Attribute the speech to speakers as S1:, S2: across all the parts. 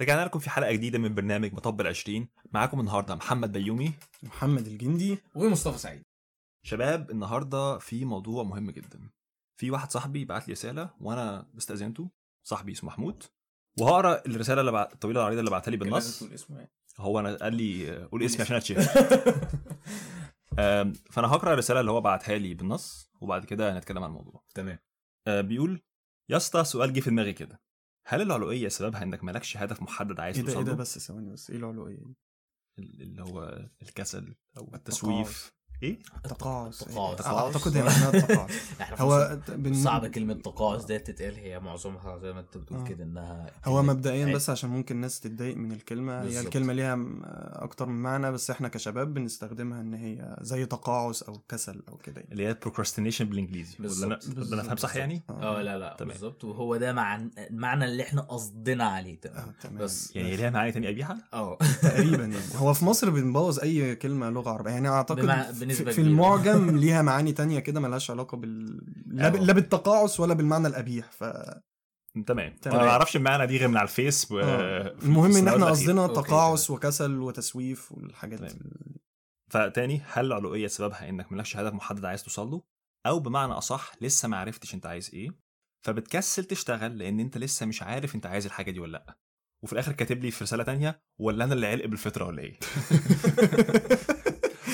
S1: رجعنا لكم في حلقه جديده من برنامج مطب العشرين معاكم النهارده محمد بيومي
S2: محمد الجندي
S3: ومصطفى سعيد
S1: شباب النهارده في موضوع مهم جدا في واحد صاحبي بعت لي رساله وانا استاذنته صاحبي اسمه محمود وهقرا الرساله اللي بعت الطويله العريضه اللي بعتها لي بالنص
S3: لازم تقول اسمه يعني
S1: هو انا قال لي آه، قول اسمي عشان اتشهر آم، فانا هقرا الرساله اللي هو بعتها لي بالنص وبعد كده هنتكلم عن الموضوع
S3: تمام
S1: آه، بيقول يا اسطى سؤال جه في دماغي كده هل العلوية سببها انك مالكش هدف محدد عايز
S2: ايه ده
S1: توصل
S2: ايه ده
S1: له؟
S2: بس ثواني بس ايه العلوية دي؟
S1: اللي هو الكسل او التسويف ايه
S2: تقاعس
S3: تقاعس.
S1: آه،
S2: اعتقد هي معناها تقاعس
S3: احنا
S2: آه، هو
S3: هو
S2: ت- بن-
S3: صعب كلمة تقاعس ديت تتقال هي معظمها زي ما انت بتقول
S2: آه.
S3: كده انها
S2: هو
S3: كلمة
S2: مبدئيا
S3: عيب.
S2: بس عشان ممكن الناس تتضايق من الكلمة هي
S3: بالظبط.
S2: الكلمة ليها م- أكتر من معنى بس احنا كشباب بنستخدمها إن هي زي تقاعس أو كسل أو كده يعني
S1: اللي هي procrastination بالانجليزي ولا انا
S3: بالظبط.
S1: ولا انا فاهم صح
S3: بالظبط.
S1: يعني؟
S3: اه لا لا
S1: تمام.
S3: بالظبط وهو ده مع المعنى اللي احنا قصدنا عليه
S2: آه،
S3: تمام
S2: تمام
S3: بس
S1: يعني ليها معاني تانية قبيحة؟
S2: آه.
S3: اه
S2: تقريبا يعني هو في مصر بنبوظ أي كلمة لغة عربية يعني أعتقد
S3: بمع-
S2: في-
S3: بنسبة
S2: في
S3: كبيرة.
S2: المعجم ليها معاني تانية كده ملهاش علاقة بال لا ب-
S1: أيوة.
S3: آه.
S2: لا بالتقاعس ولا بالمعنى القبيح ف
S1: تمام انا
S2: تمام.
S1: ما اعرفش المعنى دي غير من على الفيس و...
S2: آه.
S1: في
S2: المهم ان
S1: السنوات
S2: احنا
S1: الأخيرة.
S2: قصدنا
S3: أوكي،
S2: تقاعس وكسل وتسويف والحاجات
S1: تمام.
S2: دي
S1: فتاني هل العلوية سببها انك مالكش هدف محدد عايز توصل له؟ او بمعنى اصح لسه ما عرفتش انت عايز ايه فبتكسل تشتغل لان انت لسه مش عارف انت عايز الحاجة دي ولا لا وفي الاخر كاتب لي في رسالة تانية ولا انا اللي علق بالفطرة ولا ايه؟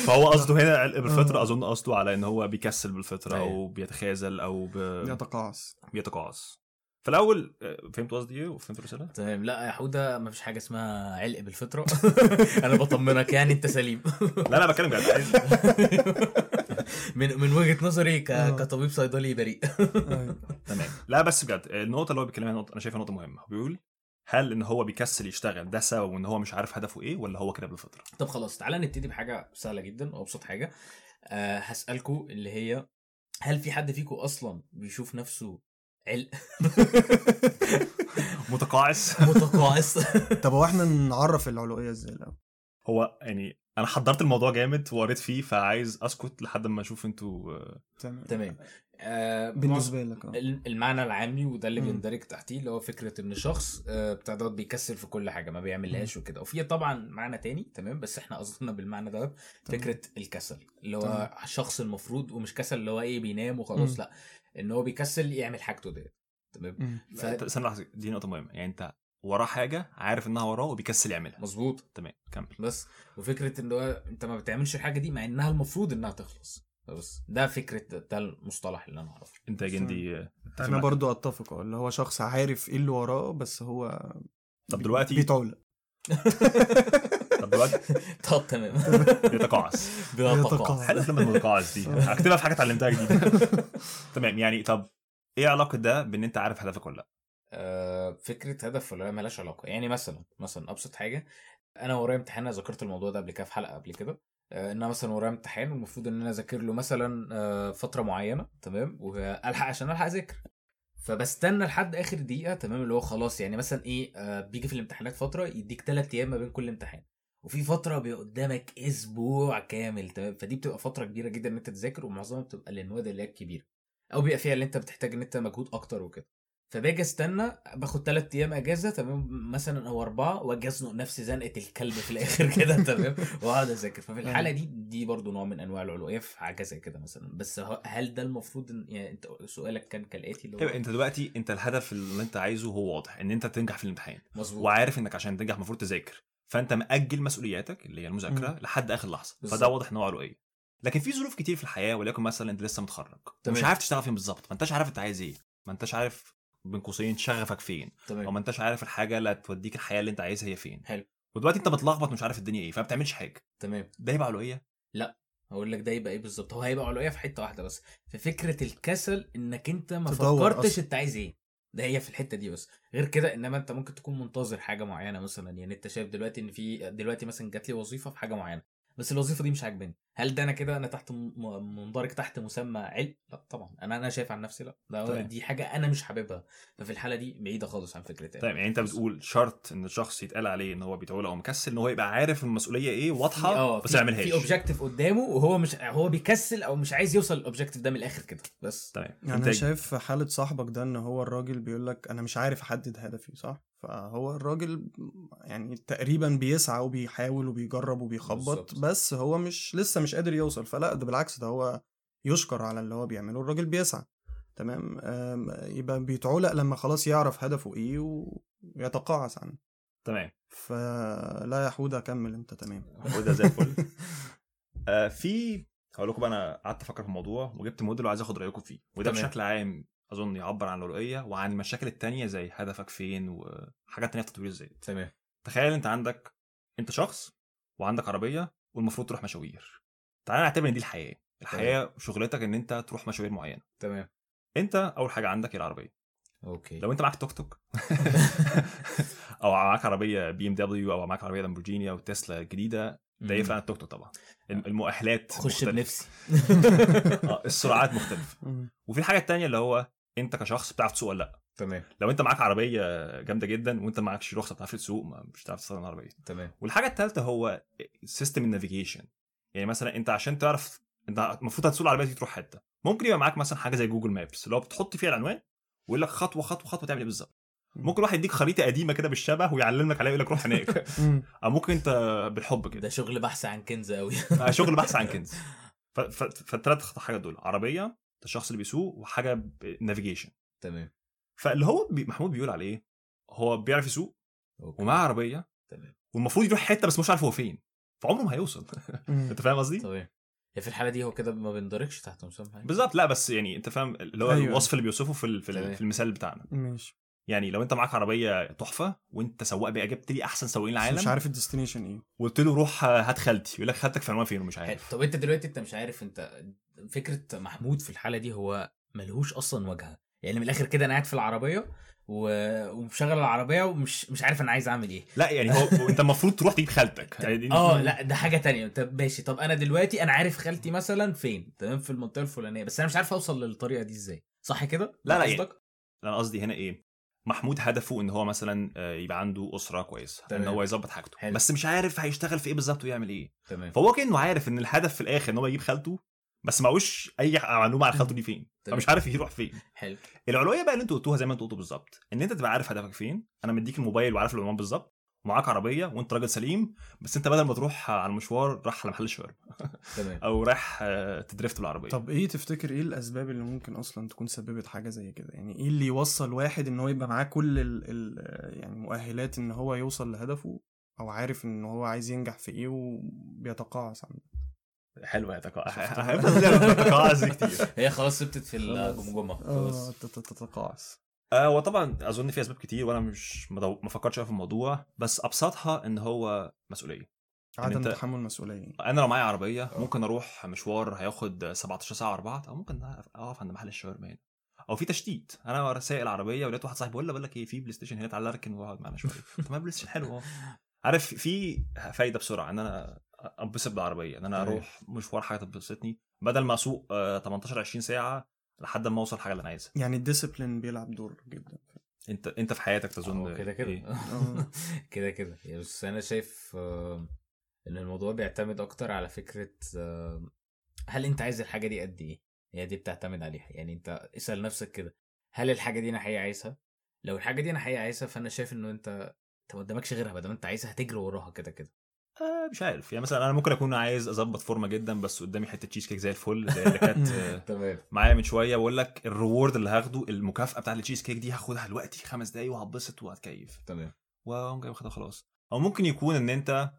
S1: فهو قصده هنا علق بالفطرة
S2: آه.
S1: اظن قصده على ان هو بيكسل بالفطرة
S3: أيوة.
S1: او بيتخاذل او ب...
S2: يا تقاعس
S1: بيتقاعس في الاول آه، فهمت قصدي ايه وفهمت الرساله
S3: تمام لا يا حوده مفيش حاجه اسمها علق بالفطره انا بطمنك يعني انت سليم
S1: لا انا بتكلم جد عايز-
S3: من من وجهه نظري ك...
S2: آه.
S3: كطبيب صيدلي بريء
S2: أيوة.
S1: تمام لا بس بجد النقطه اللي هو بيتكلم عنها نقطة- انا شايفها نقطه مهمه هو بيقول هل ان هو بيكسل يشتغل ده سبب ان هو مش عارف هدفه ايه ولا هو كده بالفطره
S3: طب خلاص تعالى نبتدي بحاجه سهله جدا وابسط حاجه أه هسالكوا اللي هي هل في حد فيكم اصلا بيشوف نفسه علق
S1: متقاعس
S3: متقاعس
S2: طب هو احنا نعرف العلوية ازاي الاول
S1: هو يعني انا حضرت الموضوع جامد وقريت فيه فعايز اسكت لحد ما اشوف انتوا آه،
S2: تمام
S3: تمام أه
S2: بالنسبة لك اه
S3: الم- المعنى العامي وده اللي
S2: مم.
S3: بيندرج تحتيه اللي هو فكره ان شخص آه، بتاع دوت بيكسل في كل حاجه ما بيعملهاش وكده وفي طبعا معنى تاني تمام بس احنا قصدنا بالمعنى ده
S2: تمام.
S3: فكره الكسل اللي هو
S2: تمام.
S3: شخص المفروض ومش كسل اللي هو ايه بينام وخلاص
S2: مم.
S3: لا ان هو بيكسل يعمل حاجته ديت تمام
S2: مم.
S3: ف...
S1: أنت- استنى لحظه دي نقطه مهمه يعني انت وراه حاجه عارف انها وراه وبيكسل يعملها
S3: مظبوط
S1: تمام كمل
S3: بس وفكره ان هو انت ما بتعملش الحاجه دي مع انها المفروض انها تخلص بس ده فكره ده المصطلح اللي انا اعرفه
S1: انت يا جندي آه، اتفق
S2: انا
S1: معاك.
S2: برضو اتفق اه، اللي هو شخص عارف ايه اللي وراه بس هو
S1: طب دلوقتي-
S2: بيتعلق
S1: طب دلوقتي
S3: طب تمام
S1: بيتقاعس
S3: بلا
S2: يتقاعس.
S3: تقاعس
S1: حلو لما المتقاعس دي هكتبها في حاجه اتعلمتها جديده تمام يعني طب ايه علاقه ده بان انت عارف هدفك ولا لا
S3: آه، فكره هدف ولا لا مالهاش علاقه يعني مثلا مثلا ابسط حاجه انا ورايا امتحان انا ذكرت الموضوع ده قبل كده في حلقه قبل كده آه، ان انا مثلا ورايا امتحان والمفروض ان انا اذاكر له مثلا آه، فتره معينه تمام والحق عشان الحق اذاكر فبستنى لحد اخر دقيقه تمام اللي هو خلاص يعني مثلا ايه آه، بيجي في الامتحانات فتره يديك ثلاث ايام ما بين كل امتحان وفي فتره بيبقى قدامك اسبوع كامل تمام فدي بتبقى فتره كبيره جدا ان انت تذاكر ومعظمها بتبقى للمواد اللي هي الكبيره او بيبقى فيها اللي انت بتحتاج ان انت مجهود اكتر وكده فباجي استنى باخد ثلاث ايام اجازه تمام مثلا او اربعه واجي ازنق نفسي زنقه الكلب في الاخر كده تمام واقعد اذاكر ففي الحاله دي دي برضو نوع من انواع العلويه في حاجه زي كده مثلا بس ه- هل ده المفروض ان يعني انت سؤالك كان كالاتي اللي
S1: ايوه
S3: هو
S1: انت دلوقتي انت الهدف اللي انت عايزه هو واضح ان انت تنجح في الامتحان
S3: مظبوط
S1: وعارف انك عشان تنجح المفروض تذاكر فانت مأجل مسؤولياتك اللي هي المذاكره لحد اخر لحظه فده
S3: بالظبط.
S1: واضح ان هو علوي لكن في ظروف كتير في الحياه وليكن مثلا انت لسه متخرج
S3: تمام.
S1: مش عارف تشتغل فين بالظبط ما انتش عارف انت عايز ايه ما انتش عارف بين قوسين شغفك فين او
S3: تمام
S1: ما انتش عارف الحاجه اللي هتوديك الحياه اللي انت عايزها هي فين
S3: حلو.
S1: ودلوقتي انت متلخبط ومش عارف الدنيا ايه فما بتعملش حاجه
S3: تمام
S1: ده يبقى علويه
S3: هقول لك ده يبقى ايه بالظبط هو هيبقى علويه في حته واحده بس في فكره الكسل انك انت ما
S2: تدور
S3: فكرتش
S2: أصلاً.
S3: انت عايز ايه ده هي في الحته دي بس غير كده انما انت ممكن تكون منتظر حاجه معينه مثلا يعني انت شايف دلوقتي ان في دلوقتي مثلا جات لي وظيفه في حاجه معينه بس الوظيفه دي مش عاجباني هل ده انا كده انا تحت م- م- مندرج تحت مسمى علم لا طبعا انا انا شايف عن نفسي لا ده
S1: تمام.
S3: دي حاجه انا مش حاببها ففي الحاله دي بعيده خالص عن فكرتي
S1: طيب يعني انت بتقول شرط ان الشخص يتقال عليه ان هو بيتعول او مكسل ان هو يبقى عارف المسؤوليه ايه واضحه بس ما
S3: آه، في
S1: يعملهاش
S3: اوبجكتيف قدامه وهو مش هو بيكسل او مش عايز يوصل للاوبجكتيف ده من الاخر كده بس
S1: تمام
S2: يعني
S1: انت
S2: انا شايف في حالة صاحبك ده ان هو الراجل بيقول لك انا مش عارف احدد هدفي صح؟ فهو الراجل يعني تقريبا بيسعى وبيحاول وبيجرب وبيخبط
S3: بالظبط.
S2: بس هو مش لسه مش قادر يوصل فلا ده بالعكس ده هو يشكر على اللي هو بيعمله الراجل بيسعى تمام آم، يبقى بيتعلق لما خلاص يعرف هدفه ايه ويتقاعس عنه
S1: تمام
S2: فلا يا حوده كمل انت تمام
S1: وده زي الفل آه في هقول لكم بقى انا قعدت افكر في الموضوع وجبت موديل وعايز اخد رايكم فيه وده
S3: تمام.
S1: بشكل عام اظن يعبر عن الرؤيه وعن المشاكل التانية زي هدفك فين وحاجات تانية في تطوير الذات
S3: تمام
S1: تخيل انت عندك انت شخص وعندك عربيه والمفروض تروح مشاوير تعال نعتبر ان دي الحياه الحياه شغلتك ان انت تروح مشاوير معينه
S3: تمام
S1: انت اول حاجه عندك هي العربيه
S3: اوكي
S1: إيه. لو انت معاك توك توك او معاك عربيه بي ام دبليو او معاك عربيه لامبورجيني او تسلا جديده ده
S3: مم. آه.
S1: يفرق عن التوك توك طبعا الم- المؤهلات
S3: خش
S1: مختلفة.
S3: بنفسي
S1: آه، السرعات مختلفه وفي الحاجه الثانيه اللي هو انت كشخص بتعرف تسوق ولا لا
S3: تمام
S1: لو انت معاك عربيه جامده جدا وانت معكش رخصه بتعرف تسوق ما- مش هتعرف تستخدم العربيه
S3: تمام
S1: والحاجه الثالثه هو سيستم النافيجيشن يعني مثلا انت عشان تعرف انت المفروض هتسوق العربيه دي تروح حته ممكن يبقى معاك مثلا حاجه زي جوجل مابس اللي هو بتحط فيها العنوان ويقول لك خطوه خطوه خطوه تعمل ايه بالظبط ممكن واحد يديك خريطه قديمه كده بالشبه ويعلمك عليها يقول لك روح هناك او ممكن انت بالحب كده
S3: ده شغل بحث عن كنز قوي
S1: آه، شغل بحث عن كنز ف- ف- فالثلاث حاجه دول عربيه انت الشخص اللي بيسوق وحاجه نافيجيشن
S3: تمام
S1: فاللي هو بي- محمود بيقول عليه ايه؟ هو بيعرف يسوق
S3: أوكي.
S1: ومعاه عربيه
S3: تمام.
S1: والمفروض يروح حته بس مش عارف هو فين فعمره ما هيوصل انت فاهم قصدي؟
S3: تمام يعني في الحاله دي هو كده ما بيندركش تحت مسمى حاجة.
S1: بالظبط لا بس يعني انت فاهم اللي هو
S2: أيوة.
S1: الوصف اللي بيوصفه في ال- في,
S3: تمام.
S1: ال- في المثال بتاعنا
S2: ماشي
S1: يعني لو انت معاك عربيه تحفه وانت سواق بقى جبت لي احسن سواقين
S2: بس مش
S1: العالم
S2: عارف الديستنيشن ايه
S1: وقلت له روح آه، هات خالتي يقول لك خالتك في عنوان فين ومش
S3: حلو.
S1: عارف
S3: طب انت دلوقتي انت مش عارف انت فكره محمود في الحاله دي هو ملهوش اصلا واجهه يعني من الاخر كده انا قاعد في العربيه و... ومشغل العربيه ومش مش عارف انا عايز اعمل ايه
S1: لا يعني هو انت المفروض تروح تجيب خالتك يعني دي-
S2: آه.
S3: اه لا ده حاجه تانية طب ماشي طب انا دلوقتي انا عارف خالتي مثلا فين تمام في المنطقه الفلانيه بس انا مش عارف اوصل للطريقه دي ازاي صح كده
S1: لا،
S3: ده
S1: لا،
S3: قصدك
S1: انا قصدي هنا ايه محمود هدفه ان هو مثلا آه، يبقى عنده اسره كويسه ان
S3: تمام.
S1: هو يظبط حاجته
S3: حلو.
S1: بس مش عارف هيشتغل في ايه بالظبط ويعمل ايه
S3: تمام
S1: فهو كانه عارف ان الهدف في الاخر ان هو يجيب خالته بس معهوش اي معلومه عن خالته دي فين
S3: تمام.
S1: فمش عارف يروح فين
S3: طيب. حلو
S1: العلويه بقى اللي انتوا قلتوها زي ما انتوا قلتوا بالظبط ان انت تبقى عارف هدفك فين انا مديك الموبايل وعارف العنوان بالظبط ومعاك عربيه وانت راجل سليم بس انت بدل ما تروح على المشوار راح على محل الشاورما
S3: تمام
S1: او رايح آه، تدريفت بالعربيه
S2: طب ايه تفتكر ايه الاسباب اللي ممكن اصلا تكون سببت حاجه زي كده يعني ايه اللي يوصل واحد ان هو يبقى معاه كل ال ال يعني مؤهلات ان هو يوصل لهدفه او عارف ان هو عايز ينجح في ايه وبيتقاعس عنه
S1: حلوه يا تقاعس
S2: شفت؟
S1: هيفضل زي التقاعس دي كتير
S3: هي خلاص سبتت في
S2: خلاص.
S3: الجمجمه
S2: اه
S3: خلاص
S2: تت- تتقاعس
S1: آه، وطبعا اظن في اسباب كتير وانا مش ما دو- ما فكرتش أوي في الموضوع بس ابسطها ان هو مسؤوليه
S2: عدم
S1: أنت-
S2: تحمل مسؤوليه
S1: انا لو معايا عربيه
S3: آه.
S1: ممكن اروح مشوار هياخد 17 ساعه على بعض او ممكن اقف عند محل الشاورما هنا او في تشتيت انا سايق العربيه ولقيت واحد صاحبي بيقول لي بقول لك ايه في بلاي ستيشن هنا تعالى اركن واقعد معانا شويه تمام بلاي ستيشن حلو اهو عارف في فايده بسرعه ان انا انبسط بالعربيه ان انا
S3: تمام.
S1: اروح مشوار حاجه تبسطني بدل ما اسوق آه، 18 20 ساعه لحد ما اوصل الحاجه اللي انا عايزها
S2: يعني الديسيبلين بيلعب دور جدا
S1: انت انت في حياتك
S3: هو
S1: تظن
S3: كده كده
S1: إيه؟
S2: آه.
S3: كده كده يعني بس انا شايف آه، ان الموضوع بيعتمد اكتر على فكره آه، هل انت عايز الحاجه دي قد ايه هي دي بتعتمد عليها يعني انت اسال نفسك كده هل الحاجه دي انا حقيقي عايزها لو الحاجه دي انا حقيقي عايزها فانا شايف انه انت انت ما قدامكش غيرها بدل ما انت عايزها هتجري وراها كده كده
S1: آه، مش عارف يعني مثلا انا ممكن اكون عايز اظبط فورمه جدا بس قدامي حته تشيز كيك زي الفل زي اللي كانت آه،
S3: تمام
S1: معايا من شويه بقول لك الريورد اللي هاخده المكافاه بتاعت التشيز كيك دي هاخدها دلوقتي خمس دقايق وهتبسط وهتكيف
S3: تمام
S1: واقوم جاي واخدها خلاص او ممكن يكون ان انت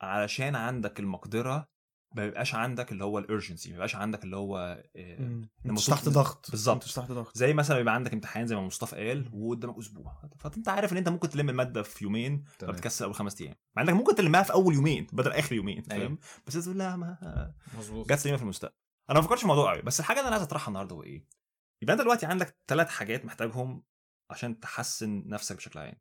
S1: علشان عندك المقدره ما بيبقاش عندك اللي هو الارجنسي ما بيبقاش عندك اللي هو آه،
S2: مم.
S1: لما
S2: يعني مش
S1: تط-
S2: تحت ضغط
S1: بالظبط.
S2: مش تحت ضغط
S1: زي مثلا بيبقى عندك امتحان زي ما مصطفى قال وقدامك اسبوع فانت عارف ان انت ممكن تلم الماده في يومين
S3: تمام
S1: فبتكسل اول خمس ايام مع انك ممكن تلمها في اول يومين بدل اخر يومين
S3: أيوة.
S1: فاهم بس تقول لا ما
S3: مظبوط
S1: جت سليمه في المستقبل انا ما فكرتش في الموضوع قوي بس الحاجه اللي انا عايز اطرحها النهارده هو ايه يبقى انت دلوقتي عندك ثلاث حاجات محتاجهم عشان تحسن نفسك بشكل عام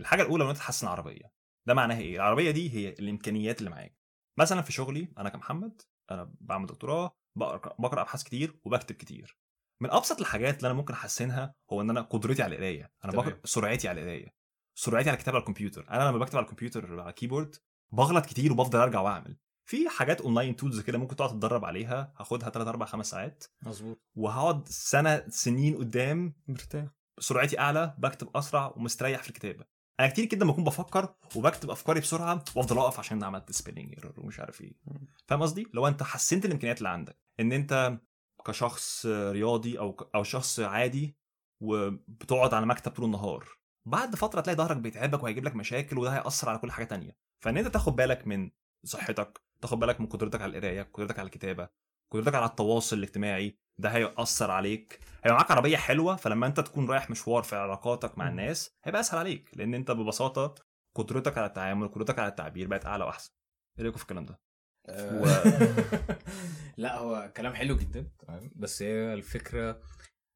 S1: الحاجه الاولى ان انت تحسن العربيه ده معناها ايه العربيه دي هي الامكانيات اللي معاك مثلا في شغلي انا كمحمد انا بعمل دكتوراه بقرا بقرا ابحاث كتير وبكتب كتير من ابسط الحاجات اللي انا ممكن احسنها هو ان انا قدرتي على القرايه انا
S3: تمام.
S1: بقرا سرعتي على القرايه سرعتي على الكتابه على الكمبيوتر انا لما بكتب على الكمبيوتر على الكيبورد بغلط كتير وبفضل ارجع واعمل في حاجات اونلاين تولز كده ممكن تقعد تتدرب عليها هاخدها 3 4 5 ساعات
S3: مظبوط
S1: وهقعد سنه سنين قدام
S2: مرتاح يعني
S1: سرعتي اعلى بكتب اسرع ومستريح في الكتابه انا كتير كده لما اكون بفكر وبكتب افكاري بسرعه وافضل اقف عشان عملت سبيلنج ايرور ومش عارف ايه فاهم قصدي لو انت حسنت الامكانيات اللي عندك ان انت كشخص رياضي او ك- او شخص عادي وبتقعد على مكتب طول النهار بعد فتره تلاقي ظهرك بيتعبك وهيجيب لك مشاكل وده هياثر على كل حاجه تانية فان انت تاخد بالك من صحتك تاخد بالك من قدرتك على القرايه قدرتك على الكتابه قدرتك على التواصل الاجتماعي ده هيأثر عليك هيبقى معاك عربيه حلوه فلما انت تكون رايح مشوار في علاقاتك مع الناس هيبقى اسهل عليك لان انت ببساطه قدرتك على التعامل قدرتك على التعبير بقت اعلى واحسن ايه رايكم في الكلام ده
S3: آه، لا هو كلام حلو جدا تمام بس هي الفكره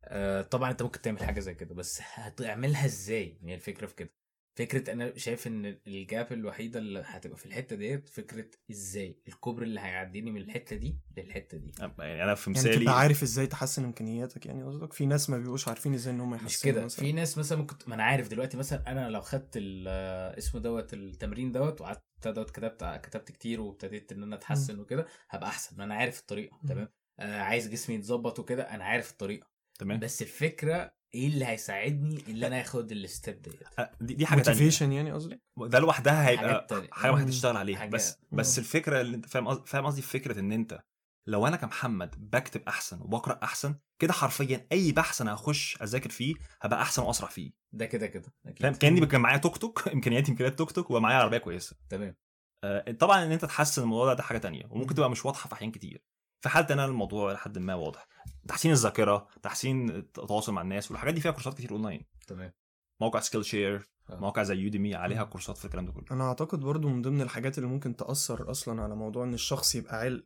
S3: آه، طبعا انت ممكن تعمل حاجه زي كده بس هتعملها ازاي هي الفكره في كده فكره انا شايف ان الجاب الوحيده اللي هتبقى في الحته ديت فكره ازاي الكوبري اللي هيعديني من الحته دي للحته دي
S1: يعني انا في
S2: يعني
S1: مثالي
S2: تبقى عارف ازاي تحسن امكانياتك يعني قصدك في ناس ما بيبقوش عارفين ازاي ان هم يحسنوا
S3: مش كده
S2: مثلاً.
S3: في ناس مثلا ممكن ما انا عارف دلوقتي مثلا انا لو خدت ال- آه، اسمه دوت التمرين دوت وقعدت بتاع دوت كتبت كتبت كتير وابتديت ان انا اتحسن وكده هبقى احسن ما انا عارف الطريقه
S2: مم.
S3: تمام آه عايز جسمي يتظبط وكده انا عارف الطريقه
S1: تمام
S3: بس الفكره ايه اللي هيساعدني اللي انا اخد الستيب ديت
S1: أه، دي, دي حاجه تانية
S2: موتيفيشن يعني قصدي
S1: ده لوحدها هيبقى
S3: حاجات تانية.
S1: حاجه واحده
S2: مم.
S1: تشتغل عليها
S3: حاجة-
S1: بس بس
S2: مم.
S1: الفكره اللي انت فاهم قصد- فاهم قصدي فكره ان انت لو انا كمحمد بكتب احسن وبقرا احسن كده حرفيا اي بحث انا هخش اذاكر فيه هبقى احسن واسرع فيه
S3: ده كده كده
S1: فاهم
S3: اكيد
S1: كاني كان معايا توك توك امكانياتي امكانيات توك توك ومعايا عربيه كويسه
S3: تمام
S1: آه، طبعا ان انت تحسن الموضوع ده, ده حاجه تانية وممكن تبقى مش واضحه في احيان كتير في حالتي انا الموضوع لحد ما واضح تحسين الذاكره تحسين التواصل مع الناس والحاجات دي فيها كورسات كتير اونلاين
S3: تمام
S1: موقع سكيل شير
S3: آه.
S1: مواقع زي يوديمي عليها كورسات في الكلام ده كله
S2: انا اعتقد برضو من ضمن الحاجات اللي ممكن تاثر اصلا على موضوع ان الشخص يبقى عال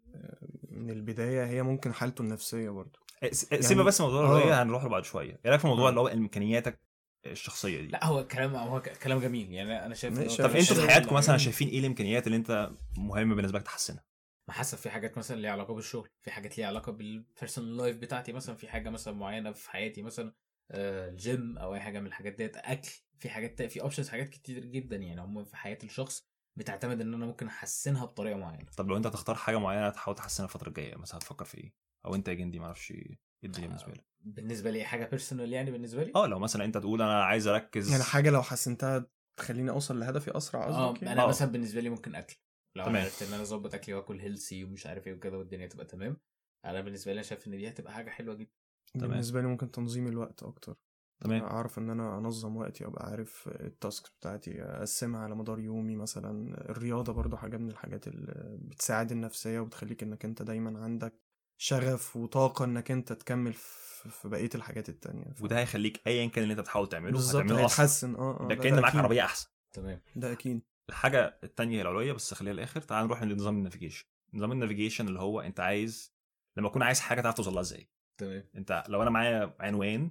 S2: من البدايه هي ممكن حالته النفسيه برضو
S1: س- سيبنا بس موضوع
S2: آه.
S1: الرؤيه هنروح له بعد شويه ايه رايك في موضوع
S2: آه.
S1: اللي هو امكانياتك الشخصيه دي
S3: لا هو كلام هو ك- كلام جميل يعني انا شايف إن هو
S2: ماشي.
S1: طب
S3: كلام
S1: انتوا في
S3: حلو.
S1: حياتكم مثلا شايفين ايه الامكانيات اللي انت مهم بالنسبه لك تحسنها
S3: ما حسب في حاجات مثلا ليها علاقه بالشغل في حاجات ليها علاقه بالبيرسونال لايف بتاعتي مثلا في حاجه مثلا معينه في حياتي مثلا آه، الجيم او اي حاجه من الحاجات ديت اكل في حاجات تا- في اوبشنز حاجات كتير جدا يعني هم في حياه الشخص بتعتمد ان انا ممكن احسنها بطريقه معينه
S1: طب لو انت هتختار حاجه معينه تحاول تحسنها الفتره الجايه مثلا هتفكر في ايه او انت يا جندي ما اعرفش ايه الدنيا بالنسبه لك
S3: بالنسبه لي حاجه بيرسونال يعني بالنسبه لي
S1: اه لو مثلا انت تقول انا عايز اركز
S2: يعني حاجه لو حسنتها تخليني اوصل لهدفي اسرع
S3: اه
S2: قصدك يعني؟
S3: انا
S1: آه.
S3: مثلا بالنسبه لي ممكن اكل لو
S1: تمام.
S3: تمام. عرفت ان انا اظبط اكلي واكل هيلسي ومش عارف ايه وكده والدنيا تبقى تمام انا بالنسبه لي أنا شايف ان دي هتبقى حاجه حلوه جدا
S1: تمام.
S2: بالنسبه لي ممكن تنظيم الوقت اكتر
S1: تمام
S2: اعرف ان انا انظم وقتي ابقى عارف التاسكس بتاعتي اقسمها على مدار يومي مثلا الرياضه برضو حاجه من الحاجات اللي بتساعد النفسيه وبتخليك انك انت دايما عندك شغف وطاقه انك انت تكمل في في بقيه الحاجات التانية ف-
S1: وده هيخليك ايا كان اللي انت بتحاول تعمله
S2: بالظبط
S1: هتعمله اصلا
S2: هيتحسن اه اه
S1: ده
S2: لا،
S1: كان معاك
S2: أكيد.
S1: عربيه احسن
S3: تمام
S2: ده اكيد
S1: الحاجه التانية هي العلويه بس خليها الاخر تعال نروح لنظام النافيجيشن نظام النافيجيشن اللي هو انت عايز لما اكون عايز حاجه تعرف توصل لها ازاي
S3: تمام
S1: انت لو انا معايا عنوان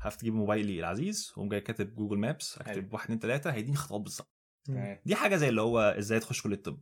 S1: هفتجيب موبايلي العزيز واقوم جاي كاتب جوجل مابس
S3: حلو.
S1: اكتب 1 2 3 هيديني خطوات بالظبط
S3: تمام
S1: دي حاجه زي اللي هو ازاي تخش كليه الطب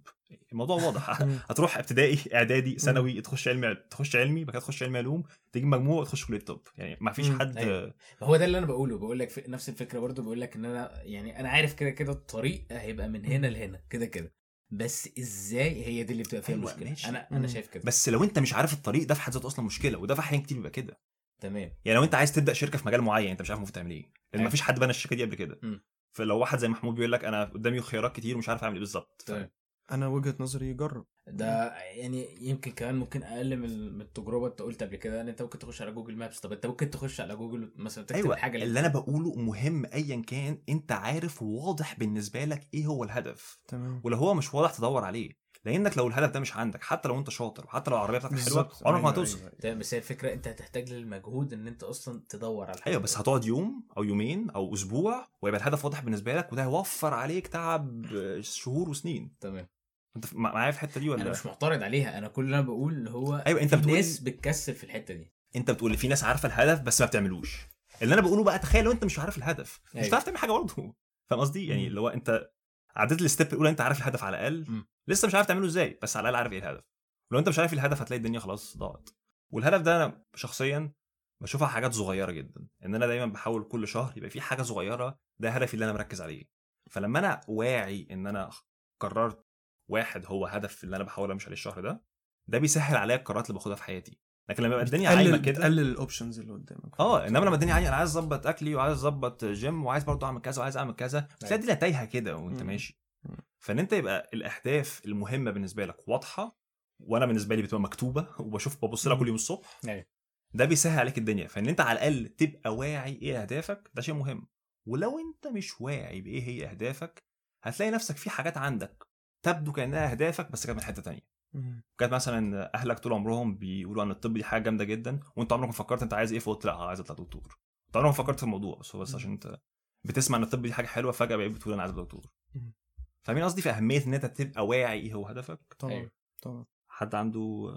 S1: الموضوع واضح
S2: مم.
S1: هتروح ابتدائي اعدادي ثانوي تخش علم تخش علمي بعد كده تخش علم علوم تجيب مجموع وتخش كليه الطب يعني ما فيش
S2: مم.
S1: حد
S3: أيوة. هو ده اللي انا بقوله بقول لك في- نفس الفكره برضو بقول لك ان انا يعني انا عارف كده كده الطريق هيبقى من هنا لهنا كده كده بس ازاي هي دي اللي بتبقى فيها
S1: أيوة،
S3: المشكله
S1: ماشي.
S3: انا انا
S2: مم.
S3: شايف كده
S1: بس لو انت مش عارف الطريق ده في حد ذاته اصلا مشكله وده في احيان كتير بيبقى كده
S3: تمام
S1: يعني لو انت عايز تبدا شركه في مجال معين انت مش عارف المفروض تعمل ايه لان
S3: أيوة.
S1: ما فيش حد بنى الشركه دي قبل كده
S3: مم.
S1: فلو واحد زي محمود بيقول لك انا قدامي خيارات كتير ومش عارف اعمل ايه بالظبط ف-
S3: تمام
S2: انا وجهه نظري جرب
S3: طيب. ده يعني يمكن كمان ممكن اقل من من التجربه انت قلت قبل كده ان انت ممكن تخش على جوجل مابس طب انت ممكن تخش على جوجل مثلا تكتب
S1: ايوه
S3: الحاجه
S1: اللي انا بقوله مهم ايا كان انت عارف وواضح بالنسبه لك ايه هو الهدف
S2: تمام
S1: ولو هو مش واضح تدور عليه لانك لو الهدف ده مش عندك حتى لو انت شاطر وحتى لو العربيه بتاعتك حلوه
S2: بالظبط.
S1: عمرك ما
S2: أيوة،
S1: هتوصل
S2: أيوة، أيوة.
S3: تمام بس هي الفكره انت هتحتاج للمجهود ان انت اصلا تدور على
S1: ايوه بس هتقعد يوم او يومين او اسبوع ويبقى الهدف واضح بالنسبه لك وده هيوفر عليك تعب آه، شهور وسنين
S3: تمام
S1: انت مع- معايا في الحته دي
S3: انا
S1: ولا
S3: مش معترض عليها انا كل اللي انا بقول اللي هو
S1: ايوه انت
S3: في
S1: بتقول
S3: ناس بتكسل في الحته دي
S1: انت بتقول إن في ناس عارفه الهدف بس ما بتعملوش اللي انا بقوله بقى تخيل لو انت مش عارف الهدف مش
S3: أيوة.
S1: هتعرف تعمل حاجه برضه فاهم قصدي يعني
S2: مم.
S1: اللي هو انت عديت الستيب الاولى انت عارف الهدف على الاقل
S3: مم.
S1: لسه مش عارف تعمله ازاي بس على الاقل عارف ايه الهدف ولو انت مش عارف ايه الهدف هتلاقي الدنيا خلاص ضاعت والهدف ده انا شخصيا بشوفها حاجات صغيره جدا ان انا دايما بحاول كل شهر يبقى في حاجه صغيره ده هدفي اللي انا مركز عليه فلما انا واعي ان انا قررت واحد هو هدف اللي انا بحاول امشي عليه الشهر ده ده بيسهل عليا القرارات اللي باخدها في حياتي لكن لما يبقى
S2: أيوة.
S1: الدنيا عايمه
S2: قلل
S1: كده
S2: تقلل الاوبشنز اللي قدامك
S1: اه انما لما الدنيا عايمه انا عايز اظبط اكلي وعايز اظبط جيم وعايز برضه اعمل كذا وعايز اعمل كذا بتلاقي الدنيا تايهه كده وانت
S2: أيوة. مم.
S1: ماشي
S2: مم.
S1: فان انت يبقى الاهداف المهمه بالنسبه لك واضحه وانا بالنسبه لي بتبقى مكتوبه وبشوف ببص لها كل يوم الصبح
S3: أيوة.
S1: ده بيسهل عليك الدنيا فان انت على الاقل تبقى واعي ايه اهدافك ده شيء مهم ولو انت مش واعي بايه هي اهدافك هتلاقي نفسك في حاجات عندك تبدو كانها اهدافك بس كانت من حته تانية
S2: مم.
S1: كانت مثلا اهلك طول عمرهم بيقولوا ان الطب دي حاجه جامده جدا وانت عمرك ما فكرت انت عايز ايه فقلت لا عايز اطلع دكتور انت عمرك ما فكرت في الموضوع بس هو بس
S2: مم.
S1: عشان انت بتسمع ان الطب دي حاجه حلوه فجاه بقيت بتقول انا عايز ابقى دكتور
S2: مم.
S1: فاهمين قصدي في اهميه ان انت تبقى واعي ايه هو هدفك
S2: طبعا
S3: أيوة.
S2: طبعا
S1: حد عنده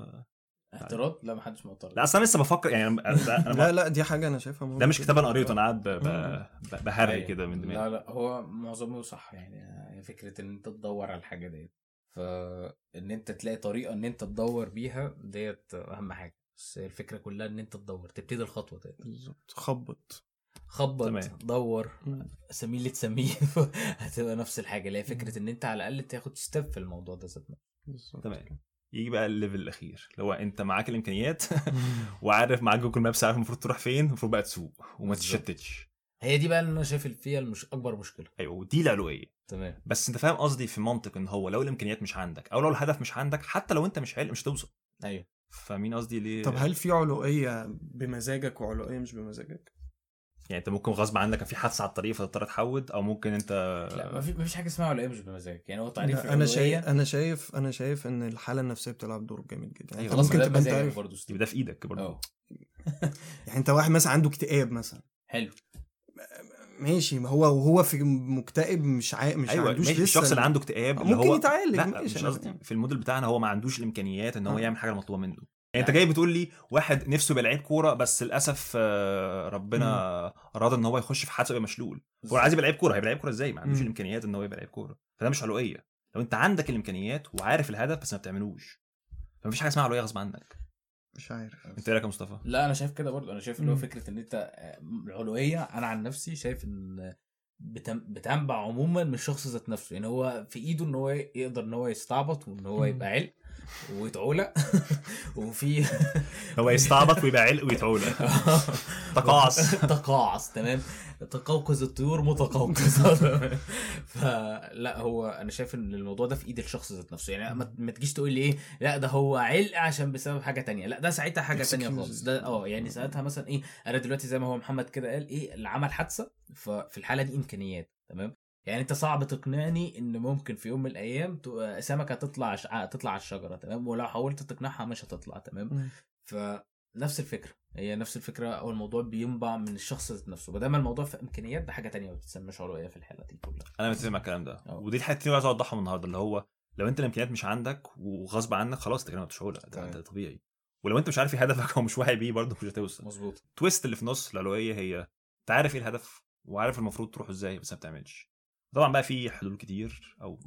S3: اعتراض لا محدش معترض
S1: لا اصل انا لسه بفكر يعني أنا- ده, أنا
S2: لا لا دي حاجه انا شايفها مهمة
S1: ده مش
S2: جداً.
S1: كتاب انا قريته انا قاعد ب- ب-
S2: مم. أيوه.
S1: ب- بهري
S3: أيوة.
S1: كده من دماغي
S3: لا لا هو معظمه صح يعني هي فكره ان انت تدور على الحاجه ديت فان انت تلاقي طريقه ان انت تدور بيها ديت اهم حاجه بس الفكره كلها ان انت تدور تبتدي الخطوه ديت
S2: بالظبط خبط
S3: خبط
S1: تمام.
S3: دور
S2: مم.
S3: سميه اللي تسميه هتبقى نفس الحاجه اللي هي فكره ان انت على الاقل تاخد ستيب في الموضوع ده ذات نفسه.
S2: بالظبط
S1: تمام.
S2: كده.
S1: يجي بقى الليفل الاخير اللي هو انت معاك الامكانيات وعارف معاك جوجل مابس عارف المفروض تروح فين المفروض بقى تسوق وما
S3: بالظبط.
S1: تتشتتش
S3: هي دي بقى اللي انا شايف اللي فيها المش... اكبر مشكله
S1: ايوه ودي العلويه
S3: تمام
S1: بس انت فاهم قصدي في منطق ان هو لو الامكانيات مش عندك او لو الهدف مش عندك حتى لو انت مش حلو مش هتوصل
S3: ايوه
S1: فاهمين قصدي ليه
S2: طب هل في علوئيه بمزاجك وعلوئيه مش بمزاجك؟
S1: يعني انت ممكن غصب عنك كان في حادثه على الطريق فتضطر تحود او ممكن انت
S3: لا ما في- ما فيش حاجه اسمها ولا ايه مش بمزاجك يعني هو تعريف
S2: انا
S3: العلوية-
S2: شايف انا شايف انا شايف ان الحاله النفسيه بتلعب دور جامد جدا يعني
S1: أيوة،
S2: انت
S1: غصب
S2: ممكن
S1: عنك
S2: تبقى انت
S3: مزاجك
S2: عارف
S3: برضه ستيف.
S1: يبقى ده في ايدك برضه
S3: اه
S2: يعني انت واحد مثلا عنده اكتئاب مثلا
S3: حلو
S2: ماشي ما هو وهو في مكتئب مش عا... مش
S1: ايوه
S2: عندوش
S1: ماشي،
S2: لسه
S1: الشخص اللي عنده اكتئاب اللي
S2: ممكن
S1: هو
S2: يتعالج
S1: لا
S2: ماشي،
S1: مش
S2: أنا- يعني.
S1: قصدي في الموديل بتاعنا هو ما عندوش الامكانيات ان هو
S2: آه.
S1: يعمل حاجه المطلوبه منه يعني انت
S3: يعني-
S1: جاي بتقول لي واحد نفسه يبقى لعيب كوره بس للاسف آه، ربنا اراد ان هو يخش في حادثه ويبقى مشلول هو عايز يبقى لعيب كوره هيبقى لعيب كوره ازاي ما عندوش
S2: مم.
S1: الامكانيات ان هو يبقى لعيب كوره فده مش علوئيه لو انت عندك الامكانيات وعارف الهدف بس ما بتعملوش فمفيش حاجه اسمها علوئيه غصب عنك
S2: مش عارف
S1: انت ايه رايك يا مصطفى
S3: لا انا شايف كده برضو انا شايف اللي هو
S2: مم.
S3: فكره ان انت آه، العلويه انا عن نفسي شايف ان بتم- بتنبع عموما من الشخص ذات نفسه يعني هو في ايده ان هو يقدر ان هو يستعبط وان هو
S2: مم.
S3: يبقى علق ويتعولق وفي
S1: هو يستعبط ويبقى علق ويتعولق تقاعس
S3: تقاعس تمام تقوقز الطيور متقوقزه تمام؟ فلا هو انا شايف ان الموضوع ده في ايد الشخص ذات نفسه يعني ما ما تجيش تقول لي ايه لا ده هو علق عشان بسبب حاجه تانية لا ده ساعتها حاجه تانية
S2: Excuses.
S3: خالص ده اه يعني ساعتها مثلا ايه انا دلوقتي زي ما هو محمد كده قال ايه اللي عمل حادثه ففي الحاله دي امكانيات تمام يعني انت صعب تقنعني ان ممكن في يوم من الايام ت- سمكه تطلع ش- تطلع على الشجره تمام ولو حاولت تقنعها مش هتطلع تمام فنفس الفكره هي نفس الفكره او الموضوع بينبع من الشخص ذات نفسه ما دام الموضوع في امكانيات ده حاجه تانية ما بتتسماش علوية في الحاله دي كلها
S1: انا متفق مع الكلام ده
S3: اه.
S1: ودي الحته اللي عايز اوضحها من النهارده اللي هو لو انت الامكانيات مش عندك وغصب عنك خلاص انت كده ما بتش علق ده
S3: تمام.
S1: ده طبيعي ولو انت مش عارف ايه هدفك او مش واعي بيه برضه مش هتوصل
S3: مظبوط
S1: التويست اللي في نص العلويه هي انت عارف ايه الهدف وعارف المفروض تروحه ازاي بس ما بتعملش طبعا بقى في حلول كتير او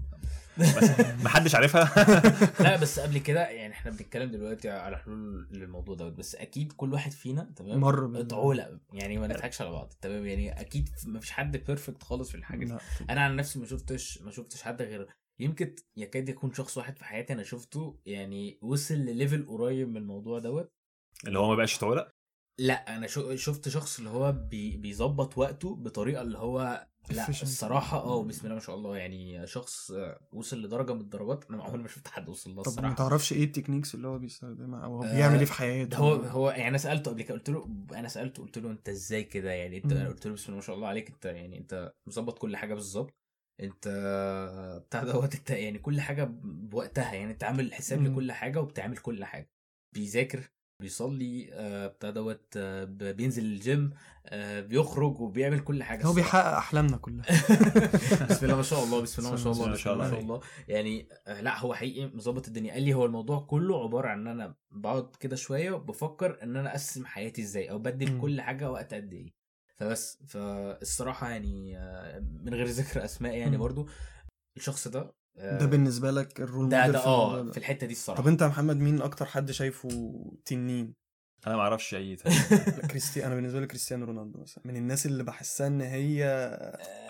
S1: بس محدش عارفها
S3: لا بس قبل كده يعني احنا بنتكلم دلوقتي على حلول للموضوع دوت بس اكيد كل واحد فينا تمام
S2: مر بال-
S3: اتعولق يعني ما نضحكش على بعض تمام يعني اكيد ما فيش حد بيرفكت خالص في الحاجه دي
S2: لا.
S3: انا عن نفسي ما شفتش ما شفتش حد غير يمكن يكاد يكون شخص واحد في حياتي انا شفته يعني وصل لليفل قريب من الموضوع دوت
S1: اللي هو ما بقاش يتعلق
S3: لا انا شو شفت شخص اللي هو بي بيظبط وقته بطريقه اللي هو لا
S2: Efficient.
S3: الصراحه اه بسم الله ما شاء الله يعني شخص آه، وصل لدرجه من الدرجات انا عمري ما شفت حد وصل لها
S2: طب ما
S3: الصراحه
S2: تعرفش ايه التكنيكس اللي هو بيستخدمها او هو
S3: آه،
S2: بيعمل ايه في
S3: ده
S2: حياته
S3: هو هو يعني انا سالته قبل كده قلت له انا سالته قلت له انت ازاي كده يعني انت
S2: مم.
S3: انا قلت له بسم الله ما شاء الله عليك انت يعني انت مظبط كل حاجه بالظبط انت بتاع دوت انت يعني كل حاجه بوقتها يعني انت عامل حساب
S2: مم.
S3: لكل حاجه وبتعمل كل حاجه بيذاكر بيصلي آه، بتاع دوت آه، ب- بينزل الجيم آه، بيخرج وبيعمل كل حاجه
S2: هو
S3: الصراحة.
S2: بيحقق احلامنا كلها
S3: بسم الله ما شاء الله بسم الله ما شاء الله
S1: بسم الله ما شاء الله.
S3: يعني آه، لا هو حقيقي مظبط الدنيا قال لي هو الموضوع كله عباره عن ان انا بقعد كده شويه وبفكر ان انا اقسم حياتي ازاي او بدل
S2: مم.
S3: كل حاجه وقت قد ايه فبس فالصراحه يعني آه، من غير ذكر اسماء يعني
S2: مم.
S3: برضو الشخص ده آه،
S2: ده بالنسبه لك الرول
S3: ده
S2: موديل
S3: ده
S2: في الموضوع
S3: اه
S2: ده.
S3: في الحته دي الصراحه
S2: طب انت يا محمد مين اكتر حد شايفه تنين
S1: انا ما اعرفش اي
S2: لا، كريستي انا بالنسبه لي كريستيانو رونالدو مثلا من الناس اللي بحسها ان هي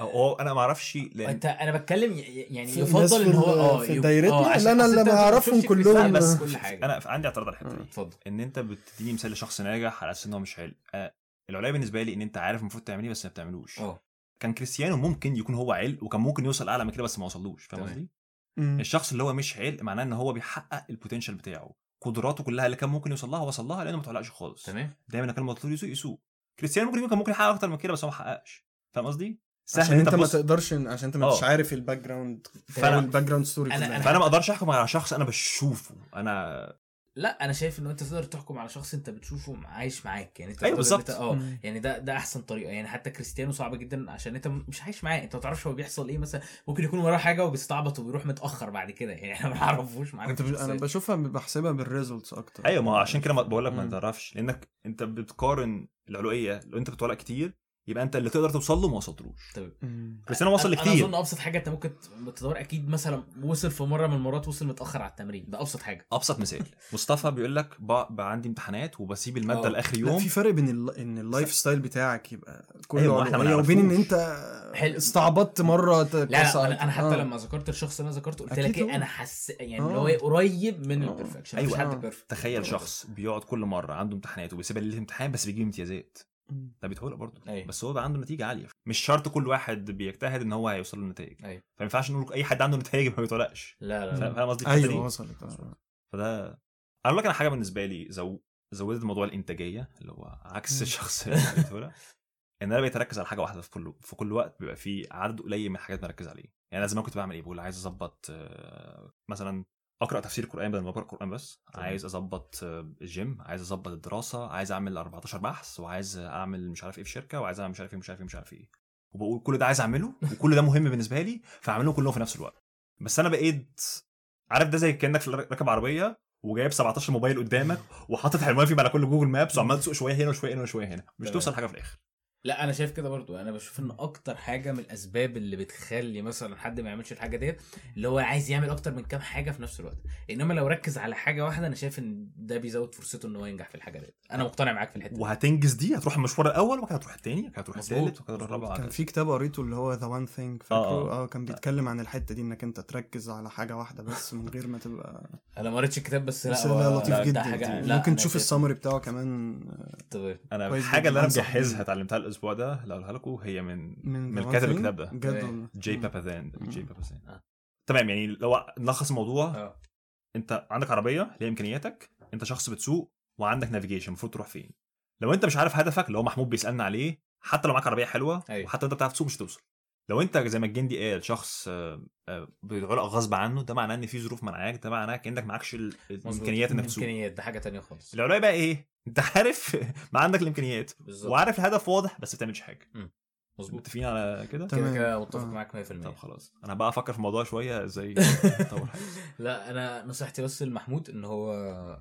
S1: او انا ما اعرفش لان
S3: انت انا آه، بتكلم ي- يعني
S2: آه، يعني في ناس
S3: يفضل
S2: في
S3: ان هو
S2: ال-
S3: اه
S2: في
S3: يب-
S2: دايرتنا
S3: آه،
S2: اللي
S3: عشان
S2: أنا
S3: أصل
S2: اللي
S3: أنت ما
S2: بعرفهم
S3: بتشوفش
S2: كلهم.
S3: كريستيانو بس كل حاجه
S1: انا عندي اعتراض على الحته دي
S3: اتفضل
S1: ان انت بتديني مثال لشخص ناجح على اساس ان هو مش حلو آه، العليا بالنسبه لي ان انت عارف المفروض تعمل ايه بس ما بتعملوش
S3: اه
S1: كان كريستيانو ممكن يكون هو عيل وكان ممكن يوصل اعلى من كده بس ما وصلوش فاهم
S3: تمام.
S1: قصدي؟
S2: مم.
S1: الشخص اللي هو مش عيل معناه ان هو بيحقق البوتنشال بتاعه قدراته كلها اللي كان ممكن يوصل لها وصل لها لانه ما اتعلقش خالص
S3: تمام
S1: دايما كان المطلوب يسوق يسوق كريستيانو ممكن كان ممكن يحقق اكتر من كده بس هو ما حققش فاهم قصدي؟ سهل
S2: عشان
S1: إن
S2: انت ما
S1: تبص-
S2: تقدرش عشان انت ما
S1: آه.
S2: انتش عارف الباك جراوند
S1: فأنا-
S2: الباك جراوند ستوري
S3: أنا-
S2: كلها
S3: أنا-
S1: فانا ما اقدرش احكم على شخص انا بشوفه انا
S3: لا انا شايف ان انت تقدر تحكم على شخص انت بتشوفه عايش معاك يعني انت
S1: أيوة
S3: تقدر إن
S1: بالظبط.
S3: أنت- اه
S2: مم.
S3: يعني ده ده احسن طريقه يعني حتى كريستيانو صعب جدا عشان انت مش عايش معاه انت ما تعرفش هو بيحصل ايه مثلا ممكن يكون وراه حاجه وبيستعبط وبيروح متاخر بعد كده يعني احنا ما نعرفوش معانا
S2: انت
S3: في
S2: بش... انا
S3: الشخصيات.
S2: بشوفها بحسبها بالريزلتس اكتر
S1: ايوه ما هو
S3: أيوة.
S1: عشان كده ما- بقول لك ما
S2: مم.
S1: تعرفش لانك انت بتقارن العلويه لو انت بتولع كتير يبقى انت اللي تقدر توصل له ما وصلتلوش
S3: طيب
S2: مم.
S1: كريستيانو وصل
S3: أنا- انا
S1: لكتير
S3: اظن ابسط حاجه انت ممكن تدور اكيد مثلا وصل في مره من المرات وصل متاخر على التمرين ده ابسط حاجه
S1: ابسط مثال مصطفى بيقول لك بقى, بقى عندي امتحانات وبسيب الماده
S3: آه.
S1: لاخر
S2: لا
S1: يوم
S2: في فرق بين ال... ان اللايف ستايل بتاعك يبقى
S1: أيوة،
S2: كله
S1: ما إحنا ما
S2: أيوة وبين ان انت
S1: نعرفوش.
S3: حلو.
S2: استعبطت مره ت-
S3: لا,
S2: كاس
S3: لا
S2: على-
S3: انا, أنا حتى
S2: آه.
S3: لما ذكرت الشخص اللي انا ذكرته قلت
S2: أكيد
S3: لك إيه،
S2: طبعاً.
S3: انا حس يعني
S2: آه.
S3: اللي هو إيه، قريب من
S2: آه.
S3: البرفكشن
S1: أيوة.
S3: مفيش حد
S2: آه.
S3: بيرفكت
S1: تخيل شخص بيقعد كل مره عنده امتحانات وبيسيب ليله امتحان بس بيجيب امتيازات
S2: مم.
S1: ده بيتهيأ برضه
S3: أيوة.
S1: بس هو بقى عنده نتيجه عاليه مش شرط كل واحد بيجتهد ان هو هيوصل للنتائج
S3: أيوة. آه.
S1: فما ينفعش نقول اي حد عنده نتائج ما بيتولقش
S3: لا لا,
S1: فا-
S3: لا.
S1: فاهم قصدي الحتة دي؟
S2: ايوه وصلت آه.
S1: فده انا اقول لك انا حاجه بالنسبه لي زو... زودت موضوع الانتاجيه اللي هو عكس
S2: مم.
S1: الشخص اللي أنا قلته لك، ان انا بقيت اركز على حاجه واحده في كل في كل وقت بيبقى في عدد قليل من الحاجات بركز عليه يعني انا زمان كنت بعمل ايه بقول عايز اظبط آه، مثلا اقرا تفسير القران بدل ما اقرا القران بس
S3: تمام.
S1: عايز اظبط آه، الجيم عايز اظبط الدراسه عايز اعمل 14 بحث وعايز اعمل مش عارف ايه في شركه وعايز اعمل مش عارف ايه مش عارف ايه مش عارف ايه وبقول كل ده عايز اعمله وكل ده مهم بالنسبه لي فاعملهم كلهم في نفس الوقت بس انا بقيت عارف ده زي كانك في الر- راكب عربيه وجايب 17 موبايل قدامك وحاطط عنوان فيه على كل جوجل مابس وعمال تسوق شويه هنا وشويه هنا وشويه هنا مش
S3: تمام.
S1: توصل حاجه في الاخر
S3: لا انا شايف كده برضو انا بشوف ان اكتر حاجه من الاسباب اللي بتخلي مثلا حد ما يعملش الحاجه ديت اللي هو عايز يعمل اكتر من كام حاجه في نفس الوقت انما لو ركز على حاجه واحده انا شايف ان ده بيزود فرصته ان هو ينجح في الحاجه ديت انا مقتنع معاك في الحته دي
S1: وهتنجز دي هتروح المشوار الاول وبعد كده هتروح الثاني وبعد كده هتروح
S3: مظبوط.
S1: الثالث وبعد كده الرابع
S2: كان
S1: وهكذا.
S2: في كتاب قريته اللي هو ذا وان ثينج فاكره
S1: آه.
S2: اه كان بيتكلم عن الحته دي انك انت تركز على حاجه واحده بس من غير ما تبقى
S3: انا ما قريتش الكتاب بس لا
S2: بس
S3: هو-
S2: ده لطيف
S3: لا، ده
S2: جدا
S3: حاجه
S2: كتير.
S3: لا
S2: ممكن
S3: أنا
S2: تشوف
S3: شايف-
S2: السمري بتاعه كمان
S3: طيب.
S1: انا
S2: كويس
S1: الحاجه
S2: جدا،
S1: اللي انا
S2: أنصح
S1: مجهزها
S2: بيها.
S1: اتعلمتها الاسبوع ده اللي هقولها لكم هي من
S2: من
S1: من
S2: The One
S1: كاتب
S2: Thing.
S1: الكتاب ده
S2: بجد
S3: تمام.
S2: والله.
S1: جي
S2: مم.
S1: بابازان جي
S2: مم.
S1: بابازان
S3: آه.
S1: تمام يعني لو نلخص الموضوع
S2: آه،
S3: اه
S1: انت عندك عربيه ليها امكانياتك انت شخص بتسوق وعندك نافيجيشن المفروض تروح فين لو انت مش عارف هدفك اللي هو محمود بيسالنا عليه حتى لو معاك عربيه حلوه
S3: أيوة.
S1: وحتى انت بتعرف تسوق مش هتوصل لو انت زي ما الجندي قال شخص آه، آه، بيتعلق غصب عنه ده معناه ان في ظروف منعاك ده معناه انك معكش ال-
S3: مظبوط.
S1: الامكانيات انك تسوق
S3: امكانيات ده حاجه تانية خالص
S1: العلوية بقى ايه انت عارف ما عندك الامكانيات
S3: بالظبط
S1: وعارف الهدف واضح بس ما بتعملش حاجه
S3: مظبوط
S1: متفقين على كده
S2: تمام.
S3: كده كده متفق
S2: آه.
S3: معاك 100%
S1: طب خلاص انا بقى افكر في الموضوع شويه ازاي اطور حاجه
S3: لا انا نصيحتي بس لمحمود ان هو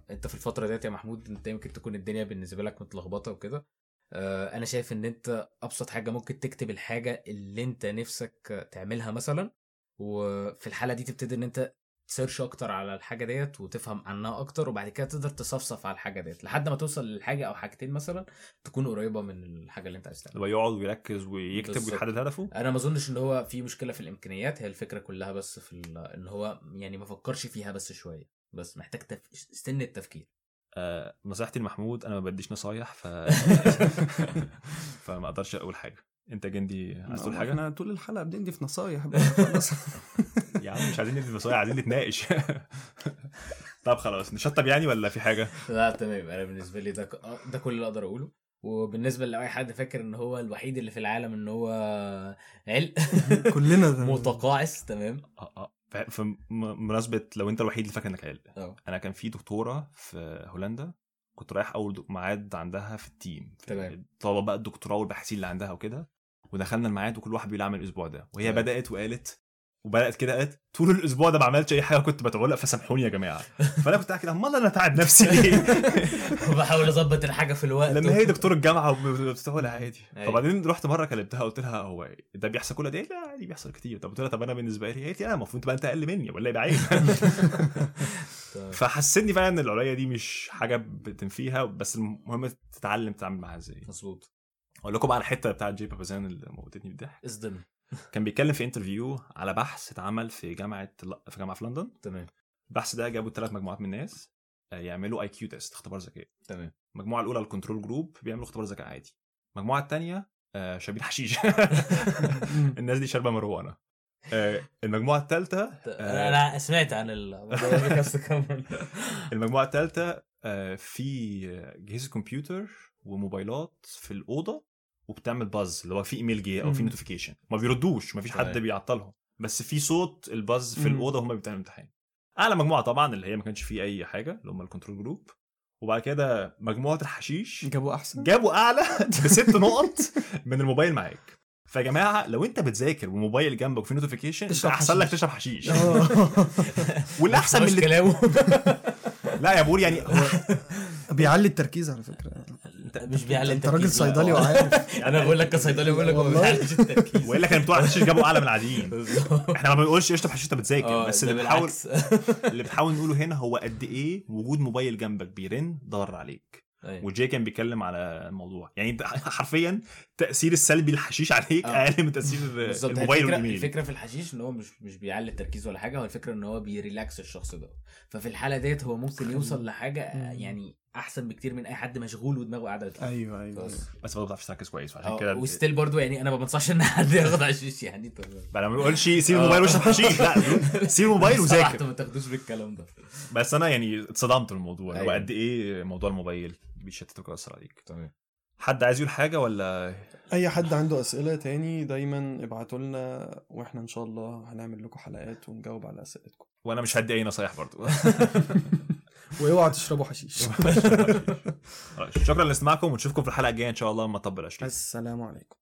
S3: انت في الفتره ديت يا محمود انت يمكن تكون الدنيا بالنسبه لك متلخبطه وكده آه، انا شايف ان انت ابسط حاجه ممكن تكتب الحاجه اللي انت نفسك تعملها مثلا وفي الحاله دي تبتدي ان انت تسيرش اكتر على الحاجه ديت وتفهم عنها اكتر وبعد كده تقدر تصفصف على الحاجه ديت لحد ما توصل للحاجه او حاجتين مثلا تكون قريبه من الحاجه اللي انت عايز تعملها
S1: اللي هو يقعد ويركز ويكتب
S3: بالظبط.
S1: ويحدد هدفه
S3: انا ما اظنش ان هو في مشكله في الامكانيات هي الفكره كلها بس في ال- ان هو يعني ما فكرش فيها بس شويه بس محتاج تف... سن التفكير
S1: آه، نصيحتي لمحمود انا ما بديش نصايح ف فما اقدرش اقول حاجه انت جندي عايز تقول حاجه
S2: احنا طول الحلقه بندي في نصايح بقى خلاص.
S1: يا عم مش عايزين ندي نصايح عايزين نتناقش طب خلاص نشطب يعني ولا في حاجه
S3: لا تمام انا بالنسبه لي ده ك- ده كل اللي اقدر اقوله وبالنسبه لاي حد فاكر ان هو الوحيد اللي في العالم ان هو عل
S2: كلنا ده-
S3: متقاعس تمام
S1: آه، آه. ف- فمناسبه لو انت الوحيد اللي فاكر انك عيل
S3: اه
S1: انا كان في دكتوره في هولندا كنت رايح اول دك- ميعاد عندها في التيم
S3: تمام.
S1: طلب بقى الدكتوراه والباحثين اللي عندها وكده ودخلنا الميعاد وكل واحد بيقول اعمل الاسبوع ده وهي
S3: تمام.
S1: بدات وقالت وبدات كده قالت طول الاسبوع ده ما عملتش اي حاجه كنت بتعلق فسامحوني يا جماعه فانا كنت قاعد كده امال انا تعب نفسي ليه
S3: وبحاول اظبط الحاجه في الوقت
S1: لما هي دكتور الجامعه وبتقولها عادي
S3: أيوة.
S1: فبعدين رحت مره كلمتها قلت لها هو ده بيحصل كل ده إيه؟ لا عادي بيحصل كتير طب قلت لها طب انا بالنسبه لي قالت لي لا المفروض تبقى انت اقل مني ولا ايه ده عيب
S3: طيب.
S1: فحسيتني فعلا ان العليا دي مش حاجه بتنفيها بس المهم تتعلم تتعامل معاها ازاي
S3: مظبوط
S1: اقول لكم بقى على الحته بتاعت جي بابازان اللي موتتني بالضحك
S3: اصدم
S1: كان بيتكلم في انترفيو على بحث اتعمل في جامعه ل- في جامعه في لندن
S3: تمام
S1: البحث ده جابوا ثلاث مجموعات من الناس آه، يعملوا اي كيو تيست اختبار ذكاء
S3: تمام
S1: المجموعه الاولى الكنترول جروب بيعملوا اختبار ذكاء عادي المجموعه الثانيه شاربين حشيش الناس دي شاربه مروانه آه، المجموعه الثالثه
S3: ت- انا سمعت عن ال
S1: المجموعه الثالثه آه، في اجهزه كمبيوتر وموبايلات في الاوضه وبتعمل باز اللي هو في ايميل جه او في
S2: مم.
S1: نوتيفيكيشن ما بيردوش ما فيش حد
S3: تمام.
S1: بيعطلهم بس في صوت الباز في
S2: مم.
S1: الاوضه وهم بتعملوا امتحان اعلى مجموعه طبعا اللي هي ما كانش فيه اي حاجه اللي هم الكنترول جروب وبعد كده مجموعه الحشيش
S2: جابوا احسن
S1: جابوا اعلى بست نقط من الموبايل معاك فيا جماعه لو انت بتذاكر والموبايل جنبك وفي نوتيفيكيشن انت
S2: تشرب
S1: احسن لك
S2: حشيش.
S1: تشرب حشيش
S2: آه.
S1: واللي احسن من اللي...
S3: كلامه
S1: لا يا بقول يعني
S2: بيعلي التركيز على فكره
S3: مش بيعلي
S2: انت
S3: التركيز، لا.
S2: راجل صيدلي وعارف
S3: انا بقول لك كصيدلي بقول لك هو ما
S2: والله.
S3: بيعليش التركيز
S1: والا كان بتوع الحشيش جابوا اعلى من العاديين احنا ما بنقولش اشرب حشيش انت بتذاكر
S3: اه
S1: بس
S2: آه،
S3: ده
S1: اللي بنحاول
S3: بالعكس
S1: اللي بنحاول نقوله هنا هو قد ايه وجود موبايل جنبك بيرن ضار عليك
S3: أيوة.
S1: وجاي كان بيتكلم على الموضوع يعني انت حرفيا تاثير السلبي الحشيش عليك
S3: آه.
S1: اقل من تاثير
S3: بالظبط
S1: الموبايل
S3: الفكرة,
S1: والايميل
S3: الفكره في الحشيش ان هو مش مش بيعلي التركيز ولا حاجه هو الفكره ان هو بيريلاكس الشخص ده ففي الحاله ديت هو ممكن
S2: خلي-
S3: يوصل لحاجه آه،
S2: مم.
S3: يعني احسن بكتير من اي حد مشغول ودماغه قاعده بتلف.
S2: ايوه ايوه
S3: بس.
S1: بس ما بتعرفش تركز كويس
S3: آه،
S1: عشان كده
S3: وستيل برضو يعني انا ما بنصحش ان حد ياخد حشيش يعني طب-
S1: بقى ما بنقولش سيب
S3: آه.
S1: الموبايل واشرب حشيش لا بنقول سيب الموبايل وذاكر
S3: صراحة ما تاخدوش بالكلام ده
S1: بس انا يعني اتصدمت من الموضوع هو
S3: أيوة.
S1: قد ايه موضوع الموبايل بيشتتك ويأثر عليك
S3: تمام
S1: حد عايز يقول حاجه ولا
S2: اي حد عنده اسئله تاني دايما ابعتوا لنا واحنا ان شاء الله هنعمل لكم حلقات ونجاوب على اسئلتكم
S1: وانا مش هدي اي نصايح برضو
S2: واوعوا تشربوا حشيش
S1: شكرا لاستماعكم ونشوفكم في الحلقه الجايه ان شاء الله لما اطبق الاشكال
S2: السلام عليكم